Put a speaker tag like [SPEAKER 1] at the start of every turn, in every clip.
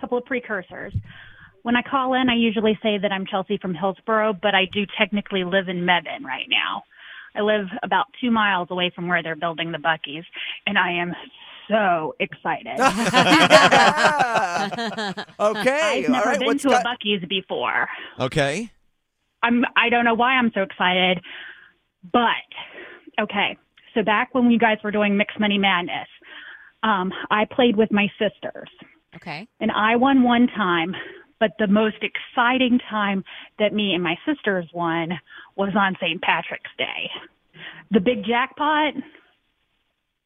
[SPEAKER 1] couple of precursors. When I call in, I usually say that I'm Chelsea from Hillsboro, but I do technically live in Mebane right now. I live about two miles away from where they're building the Buckies, and I am so excited.
[SPEAKER 2] okay.
[SPEAKER 1] I've
[SPEAKER 2] All
[SPEAKER 1] never
[SPEAKER 2] right.
[SPEAKER 1] been
[SPEAKER 2] What's
[SPEAKER 1] to
[SPEAKER 2] got-
[SPEAKER 1] a Bucky's before.
[SPEAKER 2] okay.
[SPEAKER 1] I'm I don't know why I'm so excited, but okay. So back when you guys were doing Mixed Money Madness, um, I played with my sisters
[SPEAKER 3] Okay.
[SPEAKER 1] and I won one time. But the most exciting time that me and my sisters won was on St. Patrick's Day. The big jackpot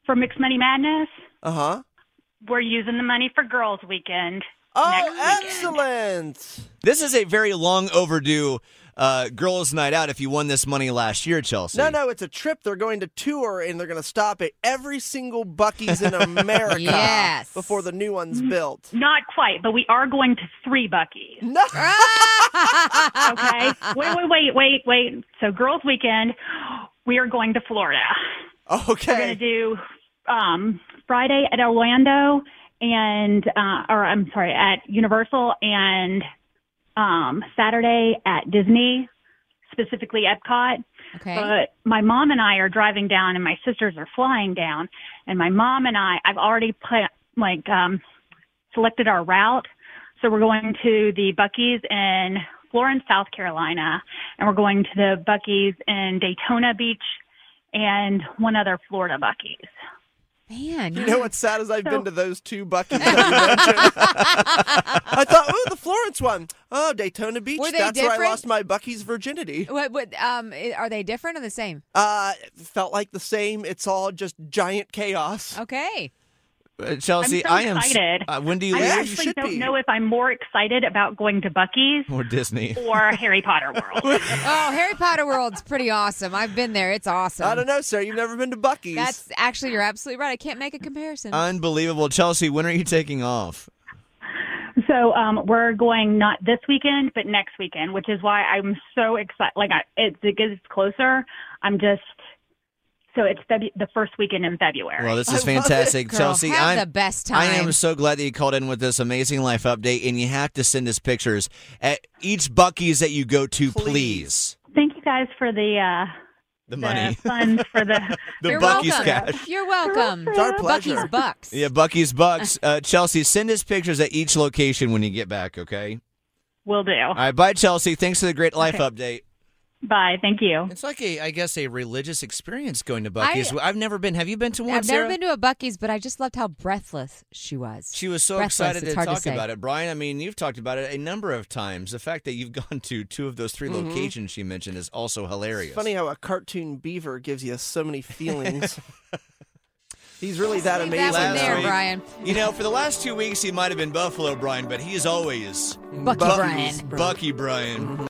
[SPEAKER 1] for Mixed Money Madness.
[SPEAKER 2] Uh huh.
[SPEAKER 1] We're using the money for Girls Weekend.
[SPEAKER 2] Oh,
[SPEAKER 1] next weekend.
[SPEAKER 2] excellent.
[SPEAKER 4] This is a very long overdue uh, girls' night out. If you won this money last year, Chelsea.
[SPEAKER 2] No, no, it's a trip. They're going to tour and they're going to stop at every single Bucky's in America
[SPEAKER 3] Yes.
[SPEAKER 2] before the new one's
[SPEAKER 1] Mm.
[SPEAKER 2] built.
[SPEAKER 1] Not quite, but we are going to three Buckies.
[SPEAKER 2] No.
[SPEAKER 1] okay. Wait, wait, wait, wait, wait. So girls' weekend, we are going to Florida. We're
[SPEAKER 2] Okay.
[SPEAKER 1] going to do um, Friday at Orlando and, uh, or I'm sorry, at Universal and um, Saturday at Disney, specifically Epcot.
[SPEAKER 3] Okay.
[SPEAKER 1] But my mom and I are driving down, and my sisters are flying down. And my mom and I, I've already put like um, selected our route. So we're going to the Bucky's in Florence, South Carolina, and we're going to the Bucky's in Daytona Beach and one other Florida Bucky's.
[SPEAKER 3] Man,
[SPEAKER 2] You
[SPEAKER 3] you-
[SPEAKER 2] know what's sad is I've
[SPEAKER 1] So-
[SPEAKER 2] been to those two Bucky's. that you mentioned. I thought, ooh, the Florence one. Oh, Daytona Beach.
[SPEAKER 3] Were they
[SPEAKER 2] That's where
[SPEAKER 3] different?
[SPEAKER 2] I lost my Bucky's virginity.
[SPEAKER 3] what, what, um, i- are they different or the same?
[SPEAKER 2] Uh, it felt like the same. It's all just giant chaos.
[SPEAKER 3] Okay.
[SPEAKER 4] Uh, Chelsea,
[SPEAKER 1] I'm so
[SPEAKER 4] I am. s-
[SPEAKER 1] excited.
[SPEAKER 4] Uh, when do you
[SPEAKER 1] I
[SPEAKER 2] Yeah, you
[SPEAKER 4] leave?
[SPEAKER 1] actually
[SPEAKER 2] should
[SPEAKER 1] don't
[SPEAKER 2] be.
[SPEAKER 1] know if I'm more excited about going to Bucky's
[SPEAKER 4] Or Disney?
[SPEAKER 1] or Harry Potter World.
[SPEAKER 3] Oh, Harry Potter World's pretty awesome. I've been there. It's awesome.
[SPEAKER 2] I don't know, sir. You've never been to Bucky's.
[SPEAKER 3] That's actually you're absolutely right. I can't make a comparison.
[SPEAKER 4] Unbelievable, Chelsea. When are you taking off?
[SPEAKER 1] So um, we're going not this weekend, but next weekend, which is why I'm so excited. Like I, it, it gets closer. I'm just so it's Febu- the first weekend in February.
[SPEAKER 4] Well, this
[SPEAKER 2] I
[SPEAKER 4] is
[SPEAKER 2] love it,
[SPEAKER 4] fantastic,
[SPEAKER 3] girl.
[SPEAKER 4] Chelsea.
[SPEAKER 3] Have
[SPEAKER 4] I'm
[SPEAKER 3] the best
[SPEAKER 4] I am
[SPEAKER 3] time.
[SPEAKER 4] so glad that you called in with this amazing life update, and you have to send us pictures at each Bucky's that you go to, please.
[SPEAKER 1] Thank you guys for the uh, the
[SPEAKER 4] The money,
[SPEAKER 1] funds for the.
[SPEAKER 4] the
[SPEAKER 3] you're
[SPEAKER 4] Bucky's
[SPEAKER 3] welcome.
[SPEAKER 4] cash.
[SPEAKER 3] You're welcome.
[SPEAKER 2] it's our pleasure.
[SPEAKER 3] Bucky's bucks.
[SPEAKER 4] Yeah, Bucky's bucks. Uh, Chelsea, send us pictures at each location when you get back. Okay.
[SPEAKER 1] Will do.
[SPEAKER 4] All right. Bye, Chelsea. Thanks for the great life update.
[SPEAKER 1] Bye. Thank you.
[SPEAKER 4] It's like a, I guess, a religious experience going to Bucky's. I, have never been. Have you been to one?
[SPEAKER 3] I've
[SPEAKER 4] Sarah?
[SPEAKER 3] never been to a Bucky's, but I just loved how breathless she was.
[SPEAKER 4] She was so
[SPEAKER 3] Breathless,
[SPEAKER 4] excited
[SPEAKER 3] it's
[SPEAKER 4] to
[SPEAKER 3] hard
[SPEAKER 4] talk
[SPEAKER 3] say.
[SPEAKER 4] about it. Brian, I mean, you've talked about it a number of times. The fact that you've gone to two of those 3
[SPEAKER 3] Mm-hmm.
[SPEAKER 4] locations she mentioned is also hilarious.
[SPEAKER 2] It's funny how a cartoon beaver gives you so many feelings. He's really that
[SPEAKER 3] Leave
[SPEAKER 2] amazing.
[SPEAKER 3] that one there,
[SPEAKER 4] week.
[SPEAKER 3] Brian.
[SPEAKER 4] You know, for the last two weeks, he might have been Buffalo Brian, but he's always
[SPEAKER 3] Bucky
[SPEAKER 2] Bucky's.
[SPEAKER 3] Brian.
[SPEAKER 4] Bucky Brian.